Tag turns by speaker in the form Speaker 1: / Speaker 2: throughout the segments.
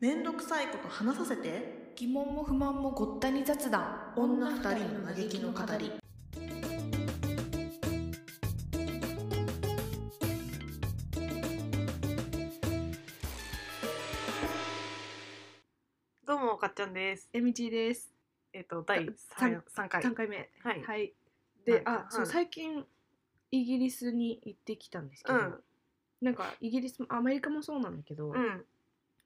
Speaker 1: めんどくさいこと話させて
Speaker 2: 疑問も不満もごったに雑談
Speaker 1: 女二人の嘆きの語り
Speaker 3: どうも、かっちゃんです。
Speaker 4: えみちです。
Speaker 3: えっ、と、第
Speaker 4: 三
Speaker 3: 3, 三回。
Speaker 4: 三回目。
Speaker 3: はい
Speaker 4: で、
Speaker 3: なん
Speaker 4: あ
Speaker 3: か、
Speaker 4: そう、
Speaker 3: うん
Speaker 4: 最近イギリスに行ってきたんですけど、
Speaker 3: うん
Speaker 4: なんかイギリスもアメリカもそうなんだけど、
Speaker 3: うん。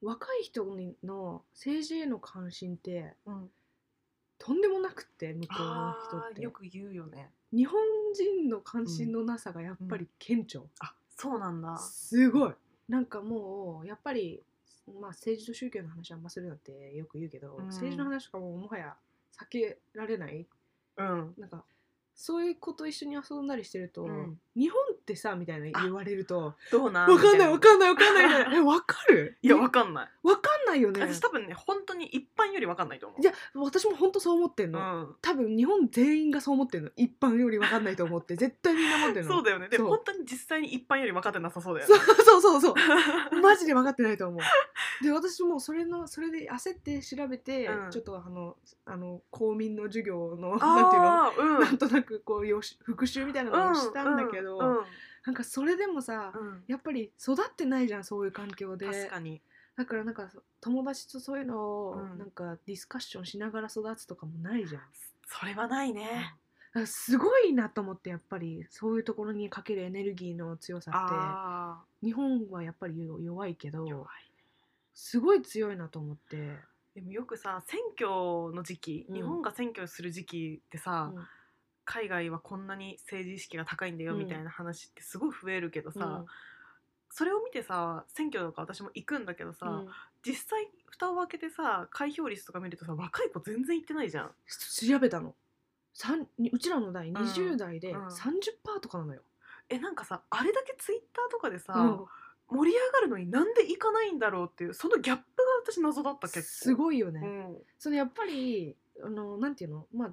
Speaker 4: 若い人の政治への関心って
Speaker 3: うん、
Speaker 4: とんでもなくって向こうの人
Speaker 3: あ
Speaker 4: っ
Speaker 3: あ、
Speaker 4: て
Speaker 3: よ。く言うよね。
Speaker 4: 日本人の関心のなさがやっぱり顕著。
Speaker 3: あ、そうなんだ。
Speaker 4: すごい。なんかもうやっぱり。まあ、政治と宗教の話はあんまするなってよく言うけど、
Speaker 3: うん
Speaker 4: 政治の話とかももはや避けられない
Speaker 3: うん。
Speaker 4: なんかそういう子と一緒に遊んだりしてると、
Speaker 3: うん
Speaker 4: 日本ってさみたいな言われると
Speaker 3: どうな
Speaker 4: わかんないわ
Speaker 3: みた
Speaker 4: かんないわかんないみた いなえわかる
Speaker 3: いないや、わかんない。
Speaker 4: わかんないよね
Speaker 3: 私多分ね、本当に一般よりわかんないと思う。
Speaker 4: いや私も本当そう思ってんの、多分日本全員がそう思ってんの一般よりわかんないと思って絶対みんな思って
Speaker 3: うんん。
Speaker 4: の
Speaker 3: そうだよね。で
Speaker 4: そう
Speaker 3: も本当に実際に一般より分かってなさそうだよ
Speaker 4: そ
Speaker 3: ね
Speaker 4: う。そう そうそうマジで分かってないと思う。で私もそれのそれで焦って調べて、
Speaker 3: うん
Speaker 4: ちょっとあのあの公民の授業のなんていうの
Speaker 3: ああ、うん
Speaker 4: なんとなくこう予習復習みたいなのをしたんだけど、
Speaker 3: うんうん
Speaker 4: なんかそれでもさ、
Speaker 3: うん
Speaker 4: やっぱり育ってないじゃんそういう環境で
Speaker 3: 確かに。
Speaker 4: だからなんかそ友達とそういうのを
Speaker 3: うん
Speaker 4: なんかディスカッションしながら育つとかもないじゃん、
Speaker 3: それはないね。
Speaker 4: だからすごいなと思ってやっぱりそういうところにかけるエネルギーの強さっ
Speaker 3: あ
Speaker 4: て日本はやっぱり弱弱いけど
Speaker 3: あ、弱い。
Speaker 4: すごい強いなと思って、
Speaker 3: でもよくさ選挙の時期、
Speaker 4: うん
Speaker 3: 日本が選挙する時期ってさ、
Speaker 4: うん
Speaker 3: 海外はこんなに政治意識が高いんだよ
Speaker 4: うん
Speaker 3: みたいな話ってすごい増えるけどさ、
Speaker 4: うん
Speaker 3: それを見てさ選挙とか私も行くんだけどさ、
Speaker 4: うん
Speaker 3: 実際蓋を開けてさ開票率とか見るとさ若い子全然行ってないじゃん。
Speaker 4: 調べたのさんうちらの代20代で
Speaker 3: うん
Speaker 4: 30%とかなのよ、
Speaker 3: えなんかさあれだけツイッターとかでさ、
Speaker 4: うん
Speaker 3: 盛り上がるのになんで行かないんだろうっていうそのギャップが私謎だった結構。
Speaker 4: すごいよね、
Speaker 3: うん
Speaker 4: そのやっぱりあのなんていうのまあ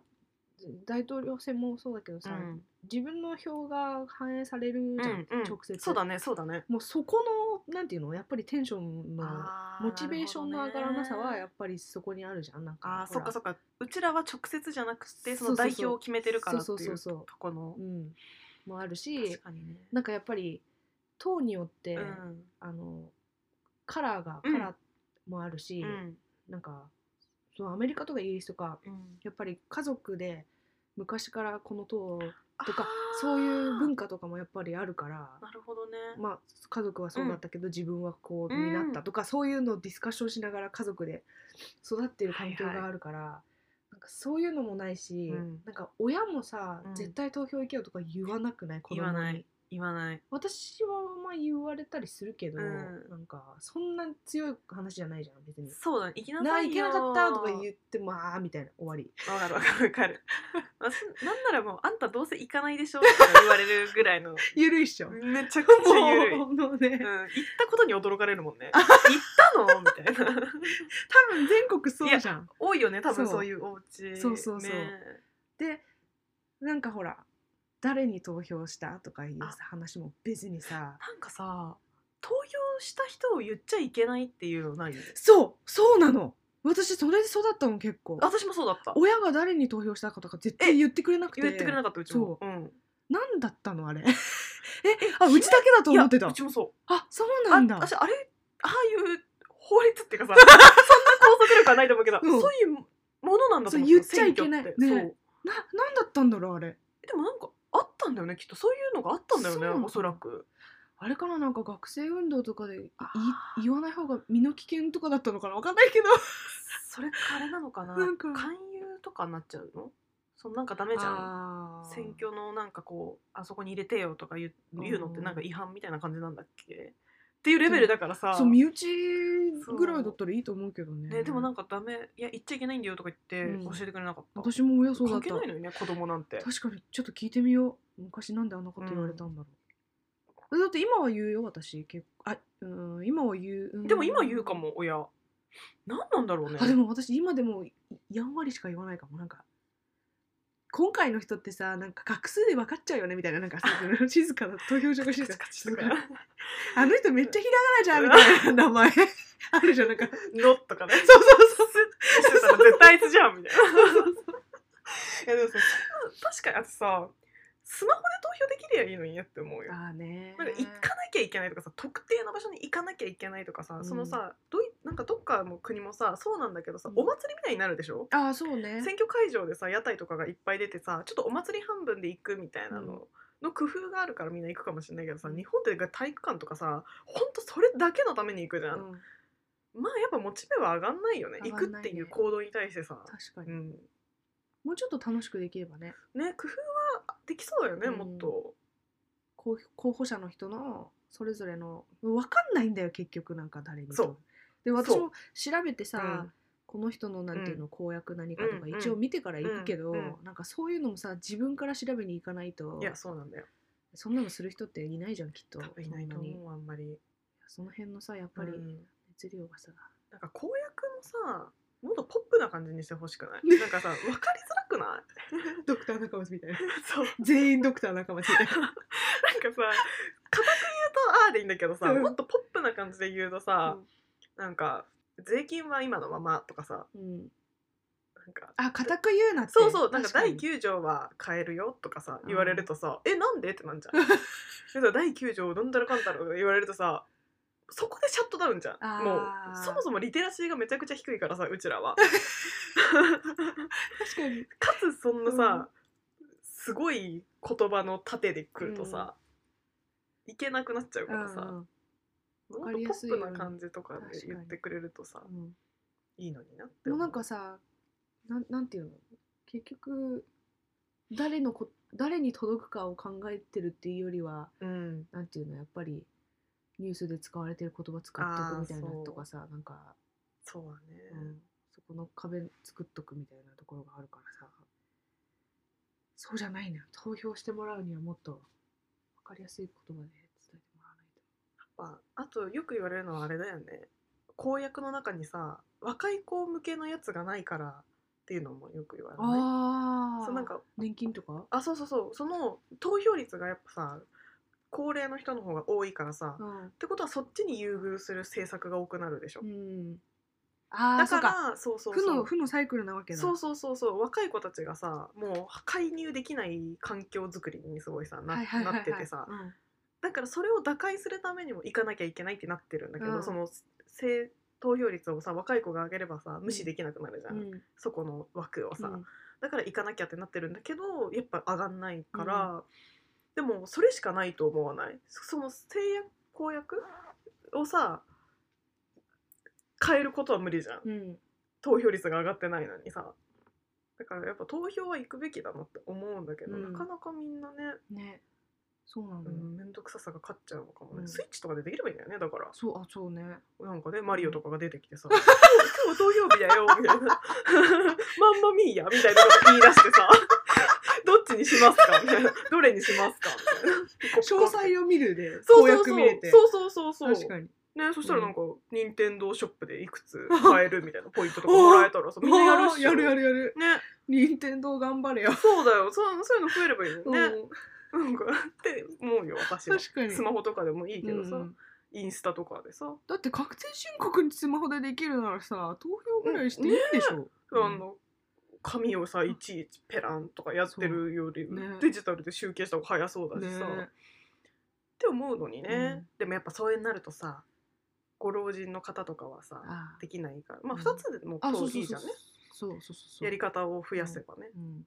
Speaker 4: 大統領選もそうだけどさ、
Speaker 3: うん
Speaker 4: 自分の票が反映されるじゃん、
Speaker 3: うんうん
Speaker 4: 直接
Speaker 3: そうだねそうだね。
Speaker 4: もうそこのなんていうのやっぱりテンションのモチベーションの上がらなさはやっぱりそこにあるじゃんなんか
Speaker 3: あーそっかそっ
Speaker 4: っ
Speaker 3: かうちらは直接じゃなくてそ
Speaker 4: そ
Speaker 3: の
Speaker 4: うそうそう
Speaker 3: 代表を決めてるからって
Speaker 4: そう
Speaker 3: い
Speaker 4: そうう
Speaker 3: と
Speaker 4: そうそう
Speaker 3: この
Speaker 4: うんもあるし
Speaker 3: 確かにね
Speaker 4: なんかやっぱり党によって、
Speaker 3: うん
Speaker 4: あのカラーが
Speaker 3: うん
Speaker 4: カラーもあるし、
Speaker 3: うん
Speaker 4: なんかそうアメリカとかイギリスとか
Speaker 3: うん
Speaker 4: やっぱり家族で昔からこの党と
Speaker 3: あ
Speaker 4: か
Speaker 3: ー
Speaker 4: そういう文化とかもやっぱりあるから
Speaker 3: なるほどね
Speaker 4: まあ家族はそうだったけど、自分はこう
Speaker 3: うん
Speaker 4: になったとか、そういうのをディスカッションしながら家族で育ってる環境があるから、なんかそういうのもないし、
Speaker 3: うん
Speaker 4: なんか親もさ、
Speaker 3: うん
Speaker 4: 絶対投票行けよとか言わなくない子供
Speaker 3: 言
Speaker 4: に
Speaker 3: わない言わない
Speaker 4: 私はまあ言われたりするけど、
Speaker 3: うん
Speaker 4: なんかそんな強い話じゃないじゃん別に。
Speaker 3: そうだね行きな
Speaker 4: な
Speaker 3: さ
Speaker 4: あ
Speaker 3: い
Speaker 4: 行
Speaker 3: よ
Speaker 4: けなかったとか言ってもああみたいな終わり
Speaker 3: わかるわかるわ かる私なんならもうあんたどうせ行かないでしょとか言われるぐらい の
Speaker 4: ゆるいっしょも
Speaker 3: めちゃくちゃ緩い、うん、行っ
Speaker 4: うもうね、多
Speaker 3: たことに驚かれるもん ね行ったのみたいな
Speaker 4: 分全国そうじゃん
Speaker 3: 多いよ ね多分
Speaker 4: そう
Speaker 3: そういうお家
Speaker 4: そうそうそう
Speaker 3: ね
Speaker 4: でなんかほら誰に投票したとかいうさ話も別にさ
Speaker 3: なんかさ投票した人を言っちゃいけないっていうのない
Speaker 4: そうそうなの私それで育ったの結構
Speaker 3: 私もそうだった
Speaker 4: 親が誰に投票したかとか絶対言ってくれなくて
Speaker 3: 言ってくれなかったうちも、
Speaker 4: そう何だった のあれえあうちだけだと
Speaker 3: ん、いや
Speaker 4: 思ってた
Speaker 3: うちもそ
Speaker 4: あそう
Speaker 3: う
Speaker 4: なんだ
Speaker 3: あ私あれああいう法律っていうかさ そんな拘束力はないと思うけど、
Speaker 4: うん
Speaker 3: そういうものなんだと思う
Speaker 4: そう言っちゃいけない
Speaker 3: 選挙って
Speaker 4: ね
Speaker 3: そう
Speaker 4: な何だったんだろうあれ
Speaker 3: でもなんかあったんだよねきっとそういうのがあったんだよ
Speaker 4: そうな
Speaker 3: ね
Speaker 4: の
Speaker 3: おそらく
Speaker 4: あれかななんか学生運動とかでいい
Speaker 3: あ
Speaker 4: 言わない方が身の危険とかだったのかなわかんないけど
Speaker 3: それかあれなのかな
Speaker 4: なんか
Speaker 3: 勧誘とかになっちゃうのそのなんかダメじゃん
Speaker 4: あー
Speaker 3: 選挙のなんかこうあそこに入れてよとか言う言うのってなんか違反みたいな感じなんだっけっていうレベルだからさ
Speaker 4: そう身内ぐらいだったらいいと思うけどね
Speaker 3: ね、でもなん
Speaker 4: か
Speaker 3: かダメいや言っちゃいけないんだよとか言って
Speaker 4: うん
Speaker 3: 教えてくれなかった、
Speaker 4: 私も親そうだっ
Speaker 3: 関係
Speaker 4: た
Speaker 3: ないのよね子供なんて
Speaker 4: 確かにちょっと聞いてみよう昔なんであんなこと言われたんだろう、だって今は言うよ私結構あうん今は言う、うん
Speaker 3: でも今言うかも親何なんだろうね
Speaker 4: あでも私今でもやんわりしか言わないかもなんか今回の人ってさなんか画数で分かっちゃうよねみたいななんかさその静かな投票所が静か
Speaker 3: とか
Speaker 4: あの人めっちゃひらがなじゃんみたいな名前あるじゃんなんか
Speaker 3: 「 の」とかね
Speaker 4: そうそうそう
Speaker 3: してたら絶対あいつじゃんみ たいな。いやでもさ確かにあとさスマホで投票できりゃいいのにねって思うよ。
Speaker 4: ああね
Speaker 3: なんか行かなきゃいけないとかさ特定の場所に行かなきゃいけないとかさ、そのさどいなんかどっかの国もさそうなんだけどさ、
Speaker 4: うん
Speaker 3: お祭りみたいになるでしょ
Speaker 4: ああそうね
Speaker 3: 選挙会場でさ屋台とかがいっぱい出てさちょっとお祭り半分で行くみたいなの、
Speaker 4: うん
Speaker 3: の工夫があるからみんな行くかもしれないけどさ日本って体育館とかさほんとそれだけのために行くじゃん、
Speaker 4: うん
Speaker 3: まあやっぱモチベは上がんないよね
Speaker 4: 上
Speaker 3: 行
Speaker 4: が
Speaker 3: く
Speaker 4: んないね
Speaker 3: っていう行動に対してさ、
Speaker 4: 確か
Speaker 3: う
Speaker 4: に
Speaker 3: ん、
Speaker 4: もうちょっと楽しくできればね
Speaker 3: ね工夫はできそうだよね、
Speaker 4: うん
Speaker 3: もっと
Speaker 4: 候候補者の人のそれぞれの分かんないんだよ結局なんか誰に
Speaker 3: そう
Speaker 4: で私も調べてさ、
Speaker 3: うん
Speaker 4: この人のなんていうの、公約何かとか
Speaker 3: うんうん
Speaker 4: 一応見てから行くけど、
Speaker 3: うんうん
Speaker 4: なんかそういうのもさ自分から調べに行かないと
Speaker 3: いやそうなんだよ
Speaker 4: そんなのする人っていないじゃんきっと
Speaker 3: 多分いないと
Speaker 4: そんに
Speaker 3: 思うあんまりやっ
Speaker 4: その辺のさやっぱり熱量がさ、
Speaker 3: なんか公約もさもっとポップな感じにしてほしく ないなんかさ分かりづらくない
Speaker 4: ドクター仲間みたいな
Speaker 3: そう
Speaker 4: 全員ドクター仲間みたいな
Speaker 3: なんかさ固く言うとああでいいんだけどさ、
Speaker 4: うん
Speaker 3: もっとポップな感じで言うとさ、なんか税金は今のままとかさ
Speaker 4: うん、
Speaker 3: なんか
Speaker 4: あ固く言うなって
Speaker 3: そうそうなんか第
Speaker 4: 確に
Speaker 3: 9条は変えるよとかさ
Speaker 4: うん
Speaker 3: 言われるとさ、えなんでってなん じゃんでさ第9条なんだらかんだらとか言われるとさそこでシャットダウンじゃ
Speaker 4: あ
Speaker 3: ん
Speaker 4: ー
Speaker 3: もうそもそもリテラシーがめちゃくちゃ低いからさうちらは
Speaker 4: 確かに
Speaker 3: かつそんなさ、すごい言葉の盾で来るとさ、いけなくなっちゃうからさ、
Speaker 4: うん
Speaker 3: もっと
Speaker 4: か
Speaker 3: ポ
Speaker 4: りやす
Speaker 3: ッ
Speaker 4: いよ
Speaker 3: プ
Speaker 4: うに
Speaker 3: な感じとかで言ってくれるとさ
Speaker 4: うんうん
Speaker 3: いいのになって思
Speaker 4: もう
Speaker 3: う
Speaker 4: なんかさなんなんていうの結局誰のこ誰に届くかを考えてるっていうよりは
Speaker 3: うん
Speaker 4: なんていうのやっぱりニュースで使われてる言葉使っとくみたいなとかさなんか、
Speaker 3: そうだね、
Speaker 4: うん、そこの壁作っとくみたいなところがあるからさそうじゃないのよ投票してもらうにはもっと分かりやすい言葉で伝えてもらわないと。
Speaker 3: まあ、あとよく言われるのはあれだよね公約の中にさ若い子向けのやつがないからっていうのもよく言われない
Speaker 4: あ
Speaker 3: そうなんか
Speaker 4: 年金とか、
Speaker 3: あそうそうそうその投票率がやっぱさ高齢の人の方が多いからさ、
Speaker 4: う
Speaker 3: っ
Speaker 4: ん
Speaker 3: てことはそっちに優遇する政策が多くなるでしょ、
Speaker 4: うん、ああ
Speaker 3: だか
Speaker 4: そうから
Speaker 3: そうそう
Speaker 4: 負
Speaker 3: そ
Speaker 4: の
Speaker 3: う
Speaker 4: 負のサイクルなわけだ
Speaker 3: そうそうそうそう若い子たちがさもう介入できない環境づくりにすごいさな,、
Speaker 4: はいはいはいはい
Speaker 3: なっててさ
Speaker 4: うん
Speaker 3: だからそれを打開するためにも行かなきゃいけないってなってるんだけど、
Speaker 4: うん
Speaker 3: その性投票率をさ若い子が上げればさ無視できなくなるじゃん、
Speaker 4: うん
Speaker 3: そこの枠をさ、
Speaker 4: うん
Speaker 3: だから行かなきゃってなってるんだけどやっぱ上がんないから、でもそれしかないと思わないその制約公約をさ変えることは無理じゃん
Speaker 4: うん
Speaker 3: 投票率が上がってないのにさだからやっぱ投票は行くべきだなって思うんだけど、
Speaker 4: うん
Speaker 3: なかなかみんなね、
Speaker 4: ねそうなん
Speaker 3: う
Speaker 4: だよ、
Speaker 3: ん、面倒くささが勝っちゃうのかもね、
Speaker 4: うん
Speaker 3: スイッチとかでできればいいんだよねだから
Speaker 4: そうあそうね
Speaker 3: なんかねマリオとかが出てきてさ「今日今日投票日だよ」みたいな「まんまみーや」みたいなこと言い出してさ「どっちにしますか?」みたいな「どれにしますか?」みたいな
Speaker 4: 詳細を見るで
Speaker 3: そうそ
Speaker 4: 公
Speaker 3: う
Speaker 4: 約
Speaker 3: そう
Speaker 4: 見れて
Speaker 3: そうそうそうそう
Speaker 4: 確かに
Speaker 3: ね、そしたらなんか、任天堂ショップでいくつ買えるみたいなポイントとかもらえたらさみんなやるっしょ
Speaker 4: やるやるやる
Speaker 3: ね
Speaker 4: 任天堂頑張れよ、
Speaker 3: そうだよそうそういうの増えればいいよね、
Speaker 4: うん
Speaker 3: なんかって思うよ私は
Speaker 4: 確かに
Speaker 3: スマホとかでもいいけどさ、
Speaker 4: うん
Speaker 3: インスタとかでさ、
Speaker 4: だって確定申告にスマホでできるならさ投票ぐらいしていいでしょ、
Speaker 3: あの紙をさいちいちペランとかやってるより、
Speaker 4: そうね
Speaker 3: デジタルで集計した方が早そうだしさ、
Speaker 4: ね
Speaker 3: って思うのにね、
Speaker 4: うん
Speaker 3: でもやっぱそういうになるとさご老人の方とかはさ
Speaker 4: あ
Speaker 3: できないからまあ
Speaker 4: うん
Speaker 3: 2つでも
Speaker 4: あ
Speaker 3: 当
Speaker 4: そう
Speaker 3: 時い
Speaker 4: そ
Speaker 3: ういじ
Speaker 4: そ
Speaker 3: ゃ
Speaker 4: うん
Speaker 3: ね
Speaker 4: そうそうそうそう
Speaker 3: やり方を増やせばね、
Speaker 4: うん、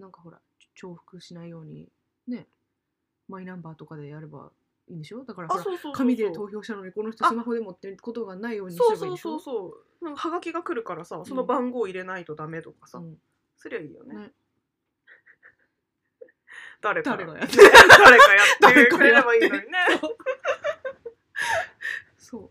Speaker 4: なんかほらちょ重複しないようにねマイナンバーとかでやればいいんでしょだからほら
Speaker 3: そうそ
Speaker 4: 紙で投
Speaker 3: 票
Speaker 4: 票したのにこの人
Speaker 3: あ
Speaker 4: スマホで持ってることがないようにす
Speaker 3: そ
Speaker 4: れ
Speaker 3: う
Speaker 4: ばいい
Speaker 3: そ
Speaker 4: ん
Speaker 3: う
Speaker 4: でしょ
Speaker 3: そうそうなんかはがきが来るからさその番号入れないとダメとかさ、
Speaker 4: うん
Speaker 3: すりゃいいよね
Speaker 4: ね
Speaker 3: 誰か
Speaker 4: 誰がやって
Speaker 3: 誰かや ってくれればいいのにね
Speaker 4: そう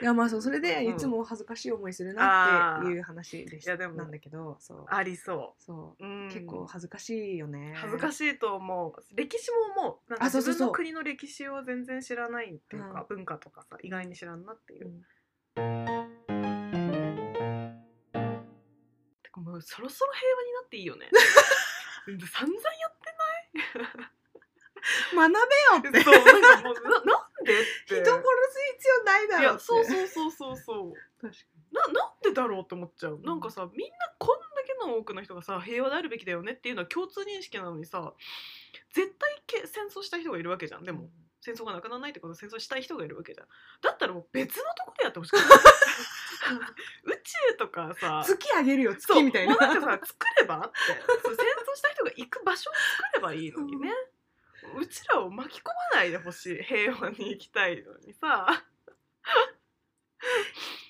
Speaker 4: いやまあそうそれで
Speaker 3: うん
Speaker 4: いつも恥ずかしい思いするなって
Speaker 3: あー
Speaker 4: いう話でし
Speaker 3: い
Speaker 4: た
Speaker 3: やでも
Speaker 4: なんだけどそう
Speaker 3: ありそ、
Speaker 4: そう
Speaker 3: うん、
Speaker 4: う結構恥ずかしいよね
Speaker 3: 恥ずか
Speaker 4: い
Speaker 3: しいと思う歴史も思うなんか
Speaker 4: あそう
Speaker 3: 自
Speaker 4: そう
Speaker 3: 分
Speaker 4: そう
Speaker 3: の国の歴史を全然知らないっていうか文化とかさ意外に知らんなっていう、
Speaker 4: うん
Speaker 3: てかもうもうそろそろ平和になっていいよ ねうん散々やって
Speaker 4: 学べよって
Speaker 3: そうなんかもうななんで って
Speaker 4: 人殺す必要ないだ
Speaker 3: い
Speaker 4: ろう
Speaker 3: や
Speaker 4: って
Speaker 3: そうそうそうそうそう
Speaker 4: 確かに
Speaker 3: ななんでだろうって思っちゃうなんかさみんなこんだけの多くの人がさ平和であるべきだよねっていうのは共通認識なのにさ絶対け戦争したい人がいるわけじゃんでも、戦争がなくならないってことは戦争したい人がいるわけじゃんだったらもう別のとこでやってほしく ない宇宙とかさ
Speaker 4: 月あげるよ
Speaker 3: そう
Speaker 4: 月みたいな
Speaker 3: もうなんかさ作ればってそう戦争した人が行く場所を作ればいいのにね、うちらを巻き込まないでほしい平和に行きたいのにさ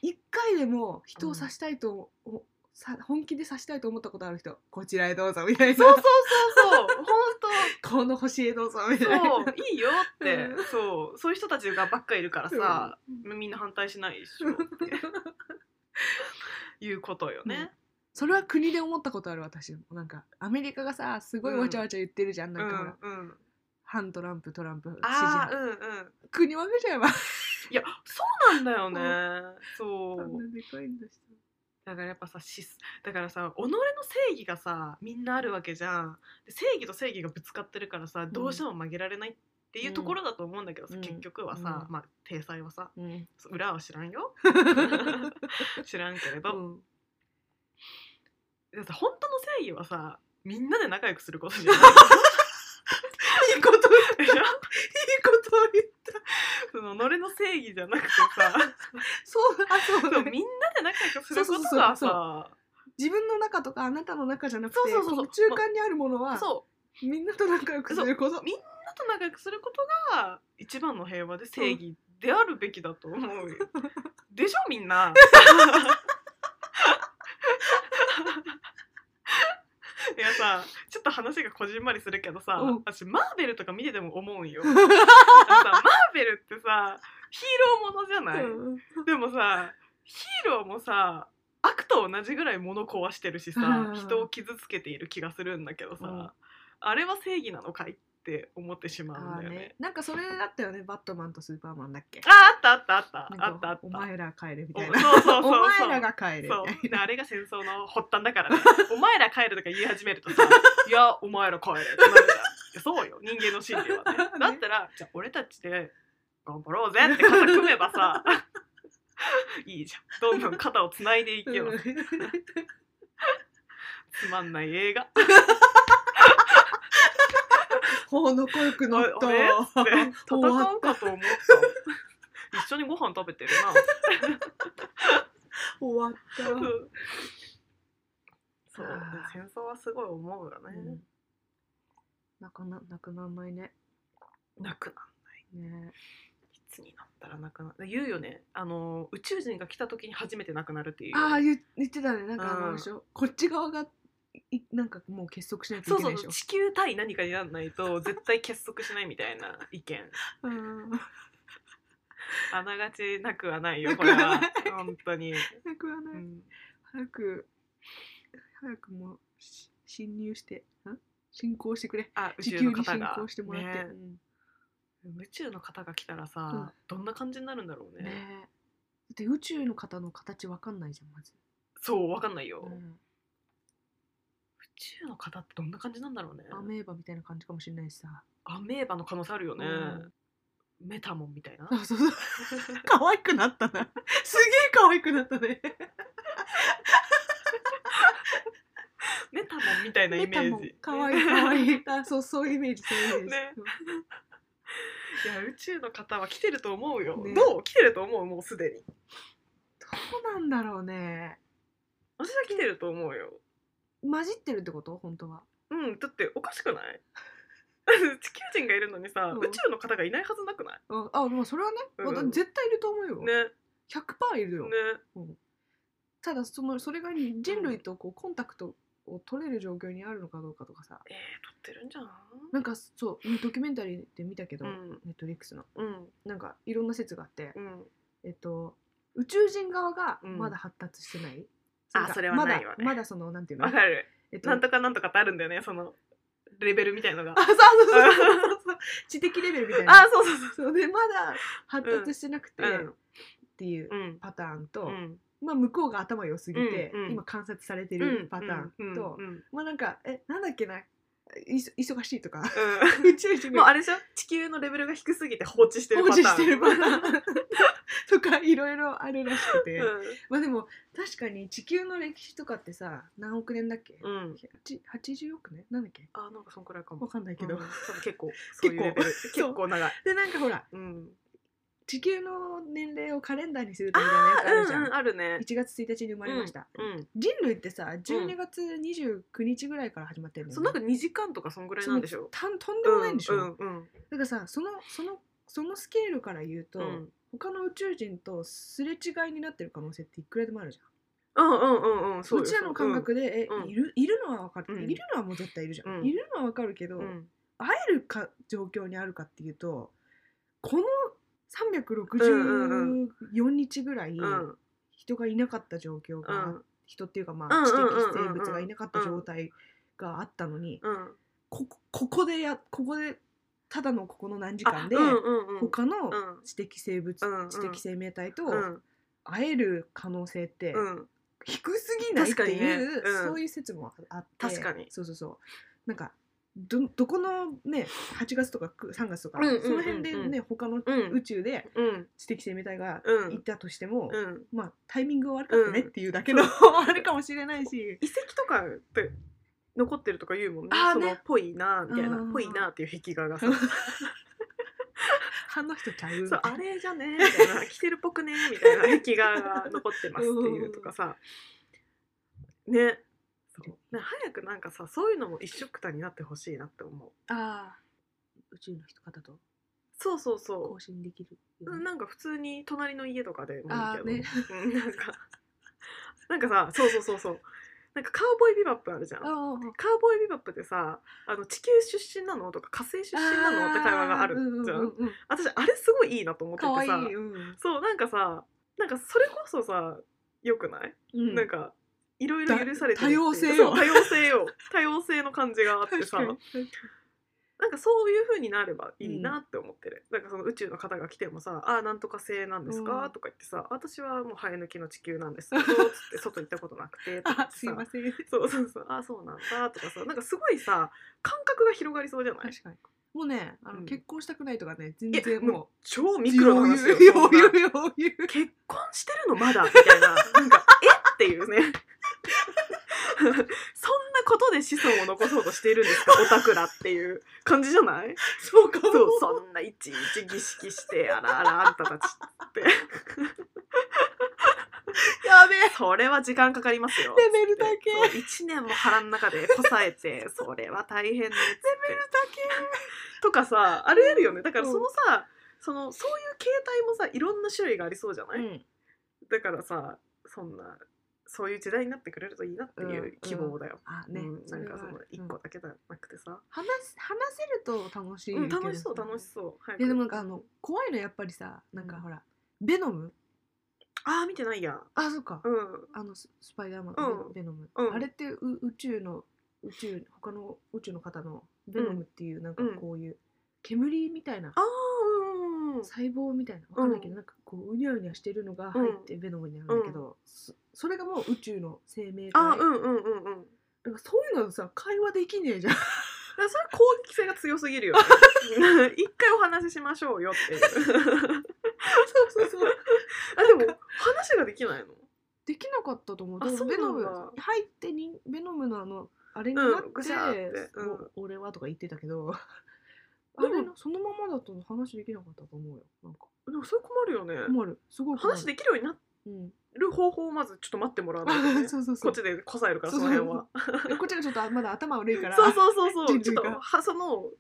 Speaker 4: 一回でも人を刺したいと、おさ本気で刺したいと思ったことある人こちらへどうぞみたいな
Speaker 3: そうそうそう そう本
Speaker 4: この星へどうぞみ
Speaker 3: 当
Speaker 4: たいな
Speaker 3: そういいよって、
Speaker 4: う
Speaker 3: そうそういう人たちがばっかいるからさ、みんな反対しないでしょ っていうことよね。
Speaker 4: それは国で思ったことある私もなんかアメリカがさすごいわちゃわちゃ言ってるじゃん、
Speaker 3: う
Speaker 4: なんかほら、
Speaker 3: んうん、
Speaker 4: 反トランプトランプ支持
Speaker 3: ああ
Speaker 4: 派
Speaker 3: ーうんうん
Speaker 4: 国分けちゃえば
Speaker 3: いやそうなんだよねそ
Speaker 4: そん
Speaker 3: う
Speaker 4: なでかいんだし
Speaker 3: だからやっぱさしだからさ己の正義がさみんなあるわけじゃんで正義と正義がぶつかってるからさどうしても曲げられないっていうところだと思うんだけどさ、
Speaker 4: うん
Speaker 3: 結局はさ、
Speaker 4: うん
Speaker 3: まあ体裁はさ
Speaker 4: うん
Speaker 3: 裏は知らん よ知らんけれど、
Speaker 4: うん
Speaker 3: だって本当の正義はさみんなで仲良くすることじゃないいいことでしょ
Speaker 4: いいことを言う
Speaker 3: その己の正義じゃなくてさ
Speaker 4: そうあ そう
Speaker 3: そうみんなで仲良くすることが
Speaker 4: そうそうそう
Speaker 3: さ
Speaker 4: 自分の中とかあなたの中じゃなくて
Speaker 3: そうそうそうそう
Speaker 4: この中間にあるものは
Speaker 3: そう
Speaker 4: みんなと仲良くすること
Speaker 3: みみんなと仲良くすることが一番の平和で正義であるべきだと思うよ。 でしょみんな。いやさちょっと話がこじんまりするけどさ、
Speaker 4: うん
Speaker 3: 私マーベルとか見てても思 うんよ。あのさマーベルってさヒーローものじゃない、
Speaker 4: うん
Speaker 3: でもさヒーローもさ悪と同じぐらい物壊してるしさ
Speaker 4: うん
Speaker 3: 人を傷つけている気がするんだけどさ、
Speaker 4: うん
Speaker 3: あれは正義なのかいって思ってしまうん
Speaker 4: あ
Speaker 3: だ
Speaker 4: ー
Speaker 3: よね。
Speaker 4: ね、なんかそれだったよねバットマンとスーパーマンだっけ
Speaker 3: ああったあったあったあったあった。
Speaker 4: お前ら帰れみ
Speaker 3: お
Speaker 4: たいな
Speaker 3: そうそうそう
Speaker 4: お
Speaker 3: そう
Speaker 4: 前らが帰れみたいな
Speaker 3: そうであれが戦争の発端だ からね「お前ら帰る」とか言い始めるとさ「いやお前ら帰れ」ってなるじゃんいやそうよ人間の心理は ねだったらじゃあ俺たちで頑張ろうぜって肩組めば さいいじゃんどんどん肩をつないでいけよ、
Speaker 4: うん
Speaker 3: つまんない映 画
Speaker 4: ほうのこよくなった
Speaker 3: あれって戦
Speaker 4: 終わ
Speaker 3: うかと思った一緒にご飯食べてるな
Speaker 4: 終わっ
Speaker 3: そう
Speaker 4: あー
Speaker 3: 戦争はすごい思うよ
Speaker 4: た、
Speaker 3: ね、
Speaker 4: うんなかななくなんないね
Speaker 3: なくな
Speaker 4: ね
Speaker 3: いつになったらなくなる言うよねあの宇宙人が来た時に初めてなくなるっていう
Speaker 4: ああ言言ってたねなんかあ
Speaker 3: うん
Speaker 4: のでしょこっち側がいなんかもう結束しないと
Speaker 3: そ
Speaker 4: いうけな
Speaker 3: そ
Speaker 4: いうでし
Speaker 3: そう地
Speaker 4: ょ
Speaker 3: 球対何かにならない と絶対結束しないみたいな意見
Speaker 4: うん
Speaker 3: あながちなくはないよこれは
Speaker 4: な
Speaker 3: 本当に、
Speaker 4: 早くは
Speaker 3: う
Speaker 4: ない、
Speaker 3: ん、
Speaker 4: 早く早くもうし侵入してん侵攻してくれ
Speaker 3: あ宇
Speaker 4: 地
Speaker 3: 宙
Speaker 4: 球
Speaker 3: の
Speaker 4: に
Speaker 3: 方
Speaker 4: 侵
Speaker 3: が
Speaker 4: 攻してもらって、
Speaker 3: ね
Speaker 4: うん
Speaker 3: 宇宙の方が来たらさ、どんな感じになるんだろうね
Speaker 4: ねえだって宇宙の方の形わかんないじゃんまず、
Speaker 3: そうわかんないよ、
Speaker 4: う
Speaker 3: 宇
Speaker 4: ん
Speaker 3: 宙の方ってどんな感じなんだろうね
Speaker 4: アメーバみたいな感じかもしれないしさ
Speaker 3: アメーバの可能性あるよね、
Speaker 4: うん
Speaker 3: メタモンみたいな
Speaker 4: あそう そう可愛くなった なすげえ可愛くなったね
Speaker 3: メタモンみたいなイメ
Speaker 4: メタ
Speaker 3: ー
Speaker 4: も
Speaker 3: ジ
Speaker 4: 可愛い可愛い あそうそういうイメージそういうイメー
Speaker 3: ね
Speaker 4: ジ、
Speaker 3: いや宇宙の方は来てると思うよ、
Speaker 4: ね
Speaker 3: どう来てると思うもうすでに
Speaker 4: どうなんだろうね
Speaker 3: 私は来てると思うよ
Speaker 4: 混じってるってこと本当は
Speaker 3: うんだっておかしくない 地球人がいるのにさ、
Speaker 4: うん
Speaker 3: 宇宙の方がいないはずなくない
Speaker 4: うんあまあそれはね、
Speaker 3: うん
Speaker 4: まあ絶対いると思うよ、
Speaker 3: ね
Speaker 4: 100%いるよ、
Speaker 3: ね
Speaker 4: ただそのそれが人類とこうコンタクトを取れる状況にあるのかどうかとかさ
Speaker 3: えー、撮ってるんじゃん
Speaker 4: なんかそうドキュメンタリーで見たけど、
Speaker 3: うん
Speaker 4: ネットリックスの
Speaker 3: うん
Speaker 4: なんかいろんな説があって、
Speaker 3: うん
Speaker 4: えっと、宇宙人側が
Speaker 3: うん
Speaker 4: まだ発達してない、
Speaker 3: あ
Speaker 4: んか
Speaker 3: それはないわね
Speaker 4: まだまだそのなんていうの
Speaker 3: わかる
Speaker 4: えっと
Speaker 3: なんとかなんとかってあるんだよねそのレベルみたいのが
Speaker 4: あそうそうそうそうそう知的レベルみたいな
Speaker 3: あそうそうそう
Speaker 4: そうでまだ発達してなくて、
Speaker 3: うん
Speaker 4: っていう
Speaker 3: うん
Speaker 4: パターンと、
Speaker 3: うん
Speaker 4: まあ、向こうが頭良すぎて、
Speaker 3: うんうん
Speaker 4: 今観察されてるパターンと、
Speaker 3: うんうんうん
Speaker 4: まあなんかえなんだっけないそ忙しいとか
Speaker 3: う
Speaker 4: 宇宙人
Speaker 3: んもう
Speaker 4: が
Speaker 3: あれでしょ地球のレベルが低すぎて放置してる
Speaker 4: 放
Speaker 3: パター
Speaker 4: 置
Speaker 3: ン
Speaker 4: してるパターンとかいろいろあるらしくて、まあでも確かに地球の歴史とかってさ何億年だっけ、
Speaker 3: うん、うん、
Speaker 4: ち80億年なんだっけ
Speaker 3: あなんかそんくらいかも
Speaker 4: わかんないけど、
Speaker 3: うん多分結 構そういうレベル
Speaker 4: 結構
Speaker 3: 結構長い
Speaker 4: でなんかほら
Speaker 3: うん
Speaker 4: 地球の年齢をカレンダーにするとみたいなやつあるじゃん、
Speaker 3: うんうんあるね
Speaker 4: 1月1日に生まれました、
Speaker 3: うん
Speaker 4: 人類ってさ12月29日ぐらいから始まってるの
Speaker 3: そうなんか2時間とかそんぐらいなんでしょ
Speaker 4: たんとんでもないんでしょ、
Speaker 3: うんうん
Speaker 4: だからさそのそのそのスケールから言うと、
Speaker 3: うんうん
Speaker 4: 他の宇宙人とすれ違いになってる可能性っていくらでもあるじゃん
Speaker 3: うんうんうんそう
Speaker 4: う
Speaker 3: よ
Speaker 4: ちらの感覚で、え
Speaker 3: うん
Speaker 4: いるいるのは分かる、
Speaker 3: うん
Speaker 4: いるのはもう絶対いるじゃん、
Speaker 3: うん
Speaker 4: いるのは分かるけど、
Speaker 3: そううん
Speaker 4: 会えるか状況にあるかっていうとこの
Speaker 3: うんうん
Speaker 4: 364日ぐらい
Speaker 3: うん
Speaker 4: 人がいなかった状況が、
Speaker 3: うん
Speaker 4: 人っていうかま
Speaker 3: うん
Speaker 4: あ
Speaker 3: うん
Speaker 4: 知
Speaker 3: うんうんうん
Speaker 4: 的生物がいなかった状態があったのに、
Speaker 3: うん
Speaker 4: ここここでやここでただのここの何時間で、
Speaker 3: あうんうんうん
Speaker 4: 他
Speaker 3: う
Speaker 4: の
Speaker 3: ん
Speaker 4: 知的生物、
Speaker 3: うんうん
Speaker 4: 知的生命体と
Speaker 3: うん
Speaker 4: 会える可能性って
Speaker 3: うん
Speaker 4: 低すぎないっていう、
Speaker 3: 確かにねうん
Speaker 4: そういう説もあって
Speaker 3: 確かに
Speaker 4: そうそうそうなんかどどこのね8月とかく3月とか、
Speaker 3: うんうんうんうん
Speaker 4: その辺でね他の
Speaker 3: うん
Speaker 4: 宇宙で
Speaker 3: うん
Speaker 4: 知的生命体が
Speaker 3: うん
Speaker 4: いたとしても、
Speaker 3: うん
Speaker 4: まあタイミングが悪かったねっていうだけの、あるかもしれないし
Speaker 3: 遺跡とかって残ってるとか言うもんね
Speaker 4: あ
Speaker 3: そ
Speaker 4: ーね
Speaker 3: のぽいなみたいな
Speaker 4: うん
Speaker 3: ぽいなっていう壁画がさ
Speaker 4: うん反応しちゃう
Speaker 3: そうあれじゃねみたいな着てるっぽくねみたいな壁画が残ってますっていうとかさね
Speaker 4: そう
Speaker 3: ね早くなんかさそういうのも一緒くたになってほしいなって思う
Speaker 4: あー宇宙の人方と
Speaker 3: そうそうそ
Speaker 4: 交信できる
Speaker 3: う、
Speaker 4: よ
Speaker 3: う、
Speaker 4: うんに
Speaker 3: なんか普通に隣の家とかでもいいけど、
Speaker 4: あーね
Speaker 3: うんなんか なんかさそうそうそうそうなんかカウボーイビバップあるじゃんカウ
Speaker 4: あー
Speaker 3: ボーイビバップってさあの地球出身なのとか火星出身なのって会話があるじゃん、
Speaker 4: うんうんうん
Speaker 3: 私あれすごいいいなと思って
Speaker 4: かわ
Speaker 3: て
Speaker 4: い
Speaker 3: さ
Speaker 4: い、うん
Speaker 3: そうなんかさなんかそれこそさよくない、
Speaker 4: うん
Speaker 3: なんかいろいろ許されてるっていう
Speaker 4: 多様性よ
Speaker 3: そう多様性よ 多様性の感じがあって
Speaker 4: 確
Speaker 3: さ
Speaker 4: かに
Speaker 3: なんかそういう風になればいいなって思ってる、なんかその宇宙の方が来てもさ「あーなんとか星なんですか
Speaker 4: うん
Speaker 3: とか言ってさ「私はもう生え抜きの地球なん ですけど」つって外行ったことなくてとか言
Speaker 4: あ
Speaker 3: って
Speaker 4: すい
Speaker 3: さ
Speaker 4: ません
Speaker 3: そうそうそう「あーそうなんだ」とかさなんかすごいさ感覚が広がりそうじゃない
Speaker 4: 確かにもうねあの、
Speaker 3: うん
Speaker 4: 結婚したくないとかね全
Speaker 3: え
Speaker 4: 然
Speaker 3: も
Speaker 4: も
Speaker 3: う超
Speaker 4: う
Speaker 3: ミクロな
Speaker 4: 余
Speaker 3: 話よ
Speaker 4: 裕
Speaker 3: そんな
Speaker 4: 余裕余裕
Speaker 3: 結婚してるのまだみたいななんかえっていうね そんなことで子孫を残そうとしているんですかオタクらっていう感じじゃない
Speaker 4: そうかも
Speaker 3: そうそんないちいち儀式してあらあらあんたたちって
Speaker 4: やべえ
Speaker 3: それは時間かかりますよ
Speaker 4: レベルだけ
Speaker 3: 1年も腹の中でこさえて それは大変ねレベルだけとかさあれあるよねだからそのさ、そのそういう形態もさいろんな種類がありそうじゃない、
Speaker 4: うん
Speaker 3: だからさそんなそういう時代になってくれるといいなっていう希望だよ、
Speaker 4: あ
Speaker 3: うん
Speaker 4: ね、
Speaker 3: なんかそ
Speaker 4: れは
Speaker 3: の一
Speaker 4: うん
Speaker 3: 個だけじゃなくてさ、
Speaker 4: 話す話せると楽しい、
Speaker 3: うん、楽しそう楽し
Speaker 4: う
Speaker 3: そう早く
Speaker 4: いやでもなんかあの怖いのやっぱりさなんかほら、ベノム
Speaker 3: ああ見てないや
Speaker 4: あそっか、
Speaker 3: うん
Speaker 4: あのススパイダーマンの
Speaker 3: うん
Speaker 4: ベ,、ベノム、
Speaker 3: うん
Speaker 4: あれってう宇宙の宇宙他の宇宙の方のベノムっていうなんかこういう煙みたいな
Speaker 3: ああうんうんうん
Speaker 4: 細胞みたいなわかんないけど、なんかこううにゃうにゃしてるのが入ってベノムになるんだけど、そそれがもう宇宙の生命体
Speaker 3: あーう
Speaker 4: だか
Speaker 3: んうんうんうん
Speaker 4: らそういうのさ会話できねえじゃん
Speaker 3: だからそれは攻撃性が強すぎるよね 一回お話ししましょうよっていう
Speaker 4: そうそうそう
Speaker 3: あでも話ができないの
Speaker 4: できなかったと思う
Speaker 3: あ
Speaker 4: でも
Speaker 3: そうな
Speaker 4: ベノ
Speaker 3: ん
Speaker 4: ム
Speaker 3: だ
Speaker 4: 入ってにベノムのあのあれにな
Speaker 3: うん
Speaker 4: って,お、
Speaker 3: ぐしゃーってうん
Speaker 4: お俺はとか言ってたけど あ
Speaker 3: でも
Speaker 4: れのそのままだと話できなかったと思うよなんか
Speaker 3: でもそれ困るよね
Speaker 4: 困るすごい困る
Speaker 3: 話できるようにな
Speaker 4: うん
Speaker 3: る方法をまずちょっと待ってもらわないとね
Speaker 4: そうそうそ
Speaker 3: こっ
Speaker 4: う
Speaker 3: ちでこさえるからそ
Speaker 4: そう
Speaker 3: の
Speaker 4: そう
Speaker 3: 辺は
Speaker 4: でこっちがちょっとまだ頭悪いから
Speaker 3: そうそうそう そうち
Speaker 4: 人
Speaker 3: ょっと
Speaker 4: 類が
Speaker 3: はその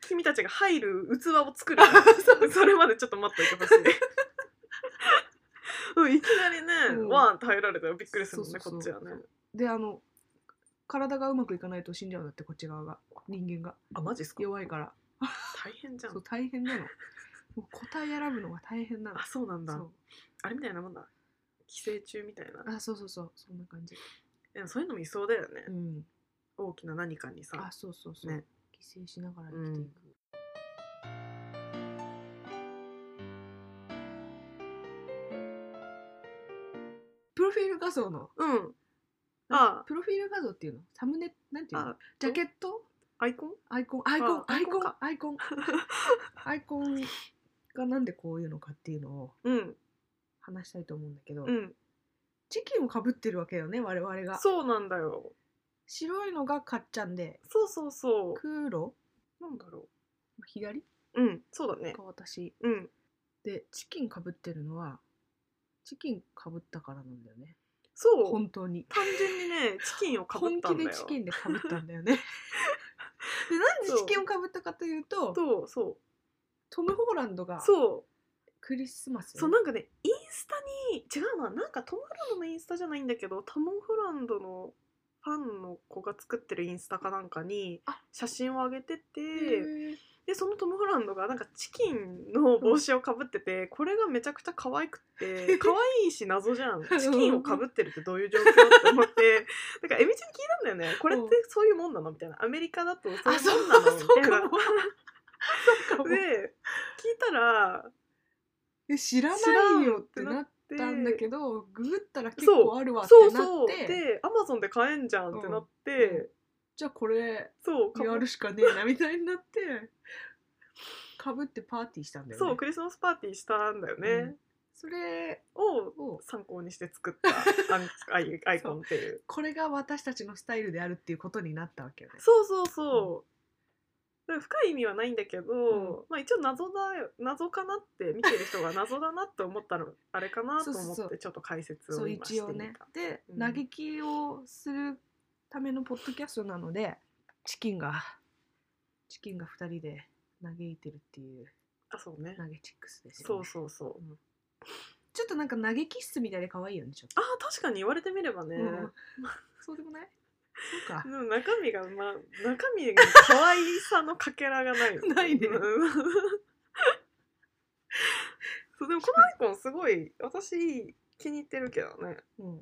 Speaker 3: 君たちが入る器を作るから それまでちょっと待っといてほしい うんいきなりね、
Speaker 4: うん
Speaker 3: ワンって入られたらびっくりするもんね
Speaker 4: そうそうそう
Speaker 3: こっちはね
Speaker 4: であの体がうまくいかないと死んじゃうんだってこっち側が人間が
Speaker 3: あマジっすか
Speaker 4: 弱いから
Speaker 3: 大変じゃん
Speaker 4: そう大変なのもう答え選ぶのが大変なの
Speaker 3: あそうなんだ
Speaker 4: そう
Speaker 3: あれみたいなもんだ寄生虫みたいな
Speaker 4: あそうそうそうそんな感じ
Speaker 3: でもそういうのもいそうだよね、
Speaker 4: うん
Speaker 3: 大きな何かに
Speaker 4: あ
Speaker 3: さ
Speaker 4: そうそうそう、
Speaker 3: ね
Speaker 4: 犠牲しながら生きていく、プフィール画像の
Speaker 3: うんあ
Speaker 4: プロフィール画像っていうのサムネなんていうの
Speaker 3: あ
Speaker 4: ジャケット
Speaker 3: アイコン
Speaker 4: アイコンアイコン
Speaker 3: あ
Speaker 4: アイコン
Speaker 3: ア
Speaker 4: アイコンアイコンがなんでこういうのかっていうのを
Speaker 3: うん
Speaker 4: 話したいと思うんだけど、
Speaker 3: うん
Speaker 4: チキンをかぶってるわけよね我々が
Speaker 3: そうなんだよ
Speaker 4: 白いのがかっちゃんで
Speaker 3: そうそうそう
Speaker 4: 黒
Speaker 3: なんだろ
Speaker 4: 左
Speaker 3: ううんそうだね
Speaker 4: が私
Speaker 3: うん
Speaker 4: でチキンかぶってるのはチキンかぶったからなんだよね
Speaker 3: そう
Speaker 4: 本当に
Speaker 3: 単純にねチキンをかぶっ
Speaker 4: 本
Speaker 3: た
Speaker 4: 気
Speaker 3: んだよ
Speaker 4: でチキンでかぶったんだよ ねでなんでチキンをかぶったかというと
Speaker 3: そうそう
Speaker 4: トム・ホーランドが
Speaker 3: そう
Speaker 4: クリスマス
Speaker 3: そうなんかねインスタに違うななんかトム・フランドのインスタじゃないんだけどタモフランドのファンの子が作ってるインスタかなんかに
Speaker 4: あ
Speaker 3: 写真を上げてて
Speaker 4: へー
Speaker 3: でそのトム・フランドがなんかチキンの帽子をかぶっててこれがめちゃくちゃ可愛く て可愛いし謎じゃんチキンをかぶってるってどういう状況って思ってだからえみちゃんに聞いたんだよねこれってそういうもんなのみたいなアメリカだとそう
Speaker 4: あそう
Speaker 3: いうもんなのみたいな
Speaker 4: そうかも
Speaker 3: で聞いたら
Speaker 4: え知ら
Speaker 3: 知ら
Speaker 4: なんいよってなっ
Speaker 3: で
Speaker 4: たんだけどググったら結
Speaker 3: そう
Speaker 4: 構あるわって
Speaker 3: そう
Speaker 4: なっ
Speaker 3: そう
Speaker 4: て
Speaker 3: でアマゾンで買えんじゃんってなって、
Speaker 4: うんうんじゃあこれ
Speaker 3: そうかぶ
Speaker 4: やるしかねえなみたいになってかぶってパーティーしたんだよね
Speaker 3: そうクリスマスパーティーしたんだよね、
Speaker 4: それ
Speaker 3: を
Speaker 4: を
Speaker 3: 参考にして作った アンアイアイコンっていう
Speaker 4: これが私たちのスタイルであるっていうことになったわけよね
Speaker 3: そうそうそう、だから深い意味はないんだけど、
Speaker 4: う
Speaker 3: まあ一応謎だよ謎かなって見てる人が謎だなって思ったのあれかなと
Speaker 4: そ
Speaker 3: 思
Speaker 4: うそう
Speaker 3: っ
Speaker 4: そ
Speaker 3: てちょっと解説
Speaker 4: そ
Speaker 3: を
Speaker 4: う
Speaker 3: 今し
Speaker 4: 一
Speaker 3: て
Speaker 4: 応
Speaker 3: み
Speaker 4: ね
Speaker 3: た
Speaker 4: で、
Speaker 3: うん
Speaker 4: 嘆きをするためのポッドキャストなのでチキンがチキンが2人で嘆いてるっていう
Speaker 3: あそうね
Speaker 4: 嘆チックスですよ
Speaker 3: そ
Speaker 4: ね
Speaker 3: うそうそう
Speaker 4: ちょっとなんか嘆き室みたいで可愛いよねちょっと
Speaker 3: あー確かに言われてみればね、
Speaker 4: うんそうでもないそうか
Speaker 3: でも中身が、まあ、中身が可愛さのかけらがないよ
Speaker 4: ないね
Speaker 3: うん そうでもこのアイコンすごい私気に入ってるけどね
Speaker 4: うん
Speaker 3: うん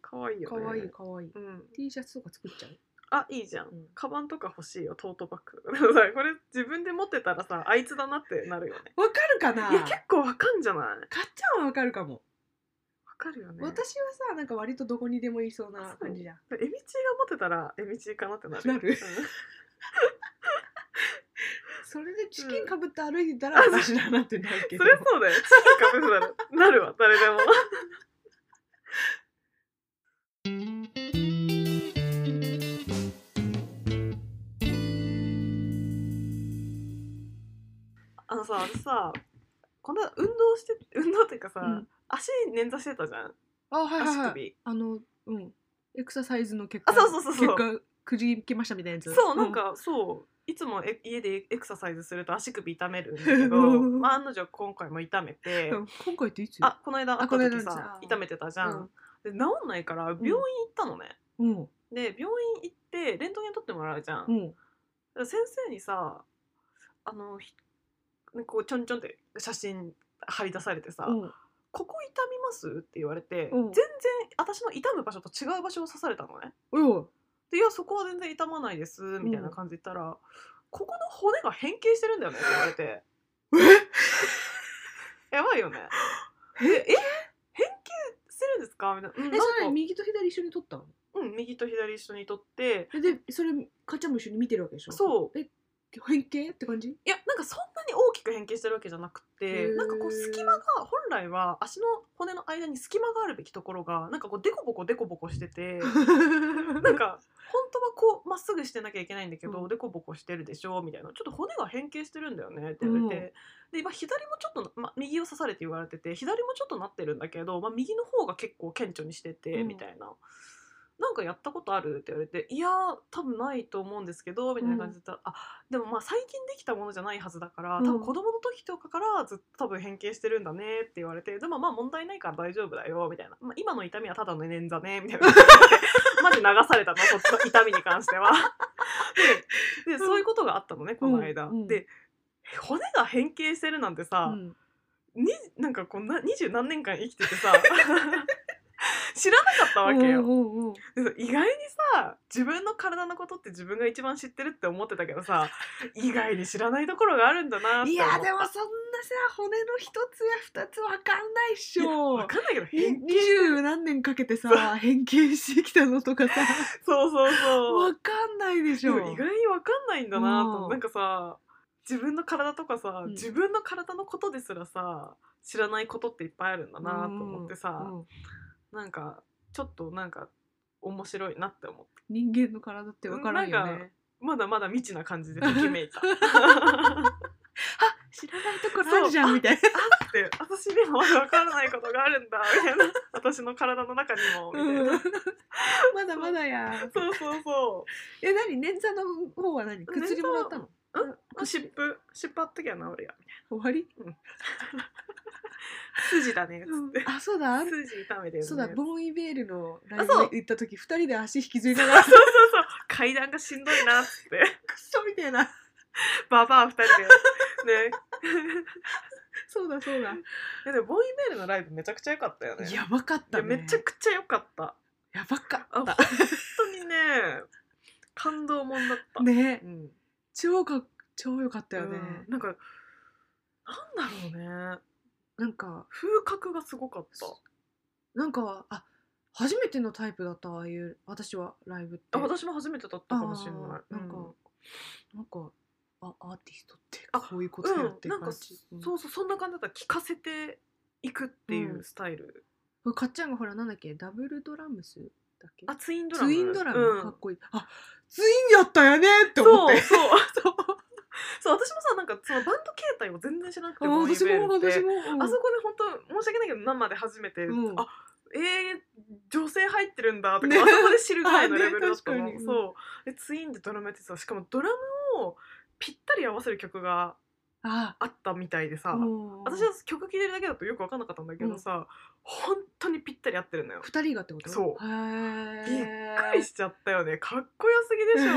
Speaker 3: 可愛いよ
Speaker 4: 可
Speaker 3: ね
Speaker 4: 愛い可愛い
Speaker 3: うん、
Speaker 4: T シャツとか作っちゃう
Speaker 3: あいいじゃん、
Speaker 4: うん
Speaker 3: カバンとか欲しいよトートバッグ でもさこれ自分で持ってたらさあいつだなってなるよね
Speaker 4: わかるかない
Speaker 3: や結構わかんじゃないわ
Speaker 4: かっちゃんはわかるかも、
Speaker 3: かるよね
Speaker 4: 私はさなんか割とどこにでもいそうな
Speaker 3: あそう
Speaker 4: 感じじゃん
Speaker 3: エミチーが持ってたらエミチーかなってなる
Speaker 4: なる
Speaker 3: うん
Speaker 4: それでチキンかぶって歩いてたら私だなってなるけ
Speaker 3: そ
Speaker 4: ど
Speaker 3: りゃそうだよ。チキンかぶせたらなるわ、誰でも。あのさ、私さ、この間運動して、運動っていうかさ、
Speaker 4: うん
Speaker 3: 足捻挫してたじゃん、
Speaker 4: あはいはい、
Speaker 3: 足
Speaker 4: はい、
Speaker 3: 首。
Speaker 4: あのうんエクササイズの結果
Speaker 3: あそうそうそうそう
Speaker 4: 結果くじきましたみたいなやつ
Speaker 3: そう、なんか、そう。いつもえ家でエクササイズすると足首痛めるんだけ ど、まあ、案の定今回も痛めて、
Speaker 4: うん今回っていつ
Speaker 3: あこの間会った時
Speaker 4: あこの間
Speaker 3: さ
Speaker 4: の時
Speaker 3: 痛めてたじゃん、で治んないから病院行ったのね、
Speaker 4: うん
Speaker 3: で病院行ってレントゲン撮ってもらうじゃん、
Speaker 4: う
Speaker 3: だか
Speaker 4: ん
Speaker 3: ら先生にさあのひなんかこうちょんちょんって写真貼り出されてさ「
Speaker 4: うん
Speaker 3: ここ痛みます?」って言われて、
Speaker 4: う
Speaker 3: 全
Speaker 4: ん
Speaker 3: 然私の痛む場所と違う場所を刺されたのね
Speaker 4: うん
Speaker 3: で「いやそこは全然痛まないです」みたいな感じで言ったら、ここの骨が変形してるんだよね」って言われ てやばいよねええ変形してるんですかみたいな,、うん、
Speaker 4: えそ
Speaker 3: な
Speaker 4: れ
Speaker 3: んか
Speaker 4: 右と左一緒に撮ったの
Speaker 3: うん、右と左一緒に撮って
Speaker 4: えでそれかっちゃんも一緒に見てるわけでしょ
Speaker 3: そう
Speaker 4: え変形って感じ
Speaker 3: いやなんかそんなに大きく変形してるわけじゃなく
Speaker 4: へ
Speaker 3: て
Speaker 4: ー
Speaker 3: なんかこう隙間が本来は足の骨の間に隙間があるべきところがなんかこうデコボコデコボコして てなんか本当はこうまっすぐしてなきゃいけないんだけど、
Speaker 4: うん
Speaker 3: デコボコしてるでしょみたいなちょっと骨が変形してるんだよねって言われて、
Speaker 4: うん
Speaker 3: で今左もちょっと、ま、右を刺されて言われてて左もちょっとなってるんだけど、ま、右の方が結構顕著にしてて、
Speaker 4: うん
Speaker 3: みたいな。なんかやったことあるって言われて「いやー多分ないと思うんですけど」みたいな感じで言ったら、あでもまあ最近できたものじゃないはずだから
Speaker 4: うん
Speaker 3: 多分子供の時とかからずっと多分変形してるんだねって言われてでもまあ問題ないから大丈夫だよみたいな、まあ、今の痛みはただの捻挫ねみたいなマジ流されたのそっちの痛みに関 しては。ででそういうことがあったのねこの間。
Speaker 4: うんうん
Speaker 3: で骨が変形してるなんてさ、
Speaker 4: うん
Speaker 3: になんかこんな二十何年間生きててさ知 知らなかったわけよ。
Speaker 4: うんうんうん
Speaker 3: でさ意外にさ自分の体のことって自分が一番知ってるって思ってたけどさ意外に知らないところがあるんだなって思った
Speaker 4: いやでもそんなさ骨の一つや二つわかんないっしょ
Speaker 3: わかんないけど
Speaker 4: え
Speaker 3: 変
Speaker 4: 二十何年かけてさ変形してきたのとかさ
Speaker 3: そうそうそう
Speaker 4: わかんないでし
Speaker 3: で
Speaker 4: ょ
Speaker 3: も意外にわかんないんだな
Speaker 4: う
Speaker 3: と
Speaker 4: ん
Speaker 3: なんかさ自分の体とかさ、
Speaker 4: うん
Speaker 3: 自分の体のことですらさ知らないことっていっぱいあるんだなと思ってさ、
Speaker 4: うん
Speaker 3: なんかちょっとなんか面白いなって思って
Speaker 4: 人間の体ってわからんよ
Speaker 3: なんか
Speaker 4: ね
Speaker 3: まだまだ未知な感じでときめ いただ
Speaker 4: 知らないところあるじゃんみたいな
Speaker 3: って私にもまだわからないことがあるんだみた いな私の体の中にもみたいな、
Speaker 4: うんまだまだや
Speaker 3: そうそうそ
Speaker 4: え何捻挫の方は何薬もらったの
Speaker 3: う湿布湿布あったきゃ治るやみたい
Speaker 4: 終わり
Speaker 3: な筋だねっつって、
Speaker 4: あそうだあん
Speaker 3: 筋痛めてるね
Speaker 4: そうだボーンイベールのライ
Speaker 3: あそう
Speaker 4: ブ行った時二人で足引きずりながら
Speaker 3: そうそうそう階段がしんどいなっつって
Speaker 4: クソみたいな
Speaker 3: ババア二人でね
Speaker 4: そうだそうだ
Speaker 3: いやでもボーイメールのライブめちゃくちゃ良かったよね
Speaker 4: やばかった
Speaker 3: い
Speaker 4: ね
Speaker 3: やめちゃくちゃ良かった
Speaker 4: やばか
Speaker 3: あ
Speaker 4: っ
Speaker 3: 本
Speaker 4: た
Speaker 3: 当にね感動もんだった、
Speaker 4: ね
Speaker 3: うん
Speaker 4: 超か超良かったよね、
Speaker 3: うんなんかなんだろうね
Speaker 4: なんか
Speaker 3: 風格がすごかった
Speaker 4: なんかあ初めてのタイプだったああいう私はライブって
Speaker 3: あ私も初めてだったかもしれない
Speaker 4: あーなんか、
Speaker 3: う
Speaker 4: なんかあアーティストって
Speaker 3: あ
Speaker 4: こういうこと
Speaker 3: う
Speaker 4: や
Speaker 3: ん
Speaker 4: って
Speaker 3: な
Speaker 4: る
Speaker 3: んか
Speaker 4: 感
Speaker 3: そ
Speaker 4: じ、うん
Speaker 3: うそうそんな感じだった聞かせていくっていうスタイル、
Speaker 4: これかっちゃんがほらなんだっけダブルドラムスだっけ
Speaker 3: あツインドラム
Speaker 4: ツインドラム、
Speaker 3: うん
Speaker 4: かっこいいあツインやったよねって思って
Speaker 3: そうそう そう私もさなんかそのバンド形態を全然知らなくて
Speaker 4: あ
Speaker 3: ボーイ
Speaker 4: 私
Speaker 3: ベ
Speaker 4: も
Speaker 3: ールって
Speaker 4: 私も、うん
Speaker 3: あそこで本当申し訳ないけど生で初めて、
Speaker 4: うん
Speaker 3: あえー、女性入ってるんだとか
Speaker 4: ね
Speaker 3: あそこで知るぐらいの
Speaker 4: あね
Speaker 3: レベルだったの、
Speaker 4: 確かに
Speaker 3: そうでツインでドラムやってさしかもドラムをぴったり合わせる曲が
Speaker 4: あ
Speaker 3: あったみたいでさ、
Speaker 4: うん
Speaker 3: 私は曲聴いてるだけだとよく分かんなかったんだけどさ、本当にぴったり合ってるのよ。
Speaker 4: 二人がってこと
Speaker 3: そう
Speaker 4: へー
Speaker 3: びっびっくりしちゃったよねかっこよすぎでしょ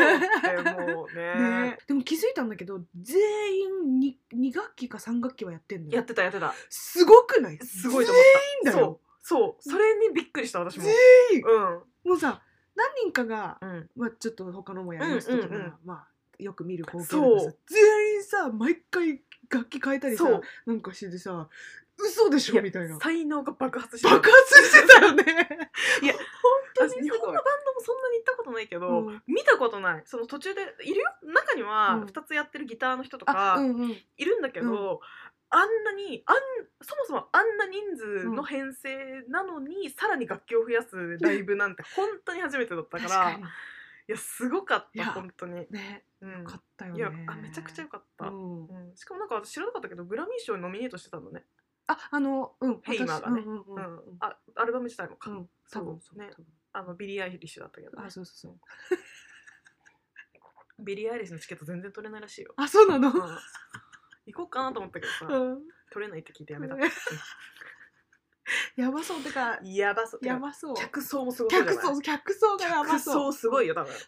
Speaker 3: っ てもうね
Speaker 4: ね、でも気づいたんだけど全員に2学期か3学期はやってんの
Speaker 3: や
Speaker 4: よ
Speaker 3: ってたやってた
Speaker 4: すごくない
Speaker 3: すごいと思った。
Speaker 4: 全員だよ
Speaker 3: そうそうそれにびっくりした私も。
Speaker 4: 全員
Speaker 3: う
Speaker 4: もうさ何人かが、
Speaker 3: んうん。
Speaker 4: まあ、ちょっと他のもやりましたとか、
Speaker 3: うんうんうん
Speaker 4: まあ、よく見る光景だけどさ
Speaker 3: そう
Speaker 4: 全員さ毎回楽器変えたりさ
Speaker 3: そう
Speaker 4: なんかしててさ嘘でしょみたいな
Speaker 3: 才能が爆発してた
Speaker 4: 爆発してたよね
Speaker 3: いや
Speaker 4: 本
Speaker 3: あ
Speaker 4: 当
Speaker 3: 日
Speaker 4: にす
Speaker 3: 本の
Speaker 4: ごい
Speaker 3: バンドもそんなに行ったことないけど、
Speaker 4: うん
Speaker 3: 見たことないその途中でいるよ中に
Speaker 4: う
Speaker 3: は
Speaker 4: ん
Speaker 3: 2つやってるギターの人と
Speaker 4: あう
Speaker 3: か
Speaker 4: んうん
Speaker 3: いるんだけど、
Speaker 4: う
Speaker 3: あんなにあんそもそもあんな人数の編成なのに、さらに楽器を増やすライブ なんて本当に初めてだったか
Speaker 4: 確
Speaker 3: ら
Speaker 4: かに
Speaker 3: いやすごかっ
Speaker 4: いや
Speaker 3: た本当に、
Speaker 4: ね
Speaker 3: うん
Speaker 4: よかったよ
Speaker 3: い
Speaker 4: ね
Speaker 3: やあめちゃくちゃよかった、
Speaker 4: うん
Speaker 3: うんしかもなんか私知らなかったけどグラミー賞にノミネートしてたのね、
Speaker 4: あ、あの、うん、
Speaker 3: ヘイマーがね
Speaker 4: 私うんうん
Speaker 3: う
Speaker 4: うんん
Speaker 3: あアルバム自体もか、
Speaker 4: うん
Speaker 3: そ
Speaker 4: 多
Speaker 3: う
Speaker 4: 分そう
Speaker 3: ね
Speaker 4: 多分
Speaker 3: あのビリー・アイリッシュだったけど、ね
Speaker 4: あ、、そうそうそう。
Speaker 3: ビリー・アイリッシュのチケット全然取れないら しいよ、
Speaker 4: あ、そうなの。
Speaker 3: うん行こうかなと思ったけどさ、
Speaker 4: うん
Speaker 3: 取れないって聞いてやめた、
Speaker 4: やばそうてか、
Speaker 3: やばそう
Speaker 4: やばそう。
Speaker 3: 客層もすごい
Speaker 4: 客層、客層がやば
Speaker 3: 客
Speaker 4: そう。
Speaker 3: 層すごいよ多分
Speaker 4: ベ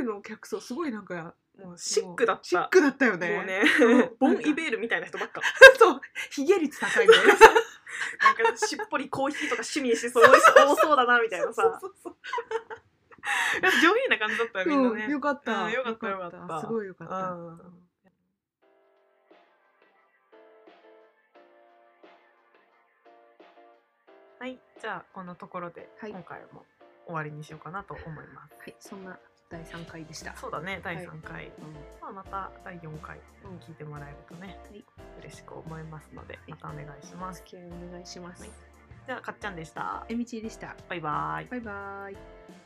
Speaker 4: ールの客層すごいなんか
Speaker 3: もうシックだった
Speaker 4: シックだったよね。
Speaker 3: もうね
Speaker 4: うん
Speaker 3: ボン・イベールみたいな人ばっか
Speaker 4: そう、ひげ率高いね。
Speaker 3: なんかしっぽりコーヒーとか趣味にしてそういう人多そうだなみたいなさ
Speaker 4: そうそうそう
Speaker 3: いや上品な感じだったよみんなね、
Speaker 4: うんよかっ
Speaker 3: う
Speaker 4: た。
Speaker 3: んよかったよかった
Speaker 4: すごいよかった。
Speaker 3: うんはい、じゃあこんなところで
Speaker 4: はい
Speaker 3: 今回も終わりにしようかなと思います。
Speaker 4: はい、そんな第三回でした。
Speaker 3: そうだね、第
Speaker 4: はい
Speaker 3: 3回、
Speaker 4: うん
Speaker 3: まあ、また第4回
Speaker 4: うん
Speaker 3: 聞いてもらえるとね、
Speaker 4: はい
Speaker 3: 嬉しく思いますので、またお願いしま
Speaker 4: お
Speaker 3: す。
Speaker 4: 付き合いお願いします
Speaker 3: はい。じゃあ、かっちゃんでした。
Speaker 4: えみちでした。
Speaker 3: バイバイ。
Speaker 4: バイバイ。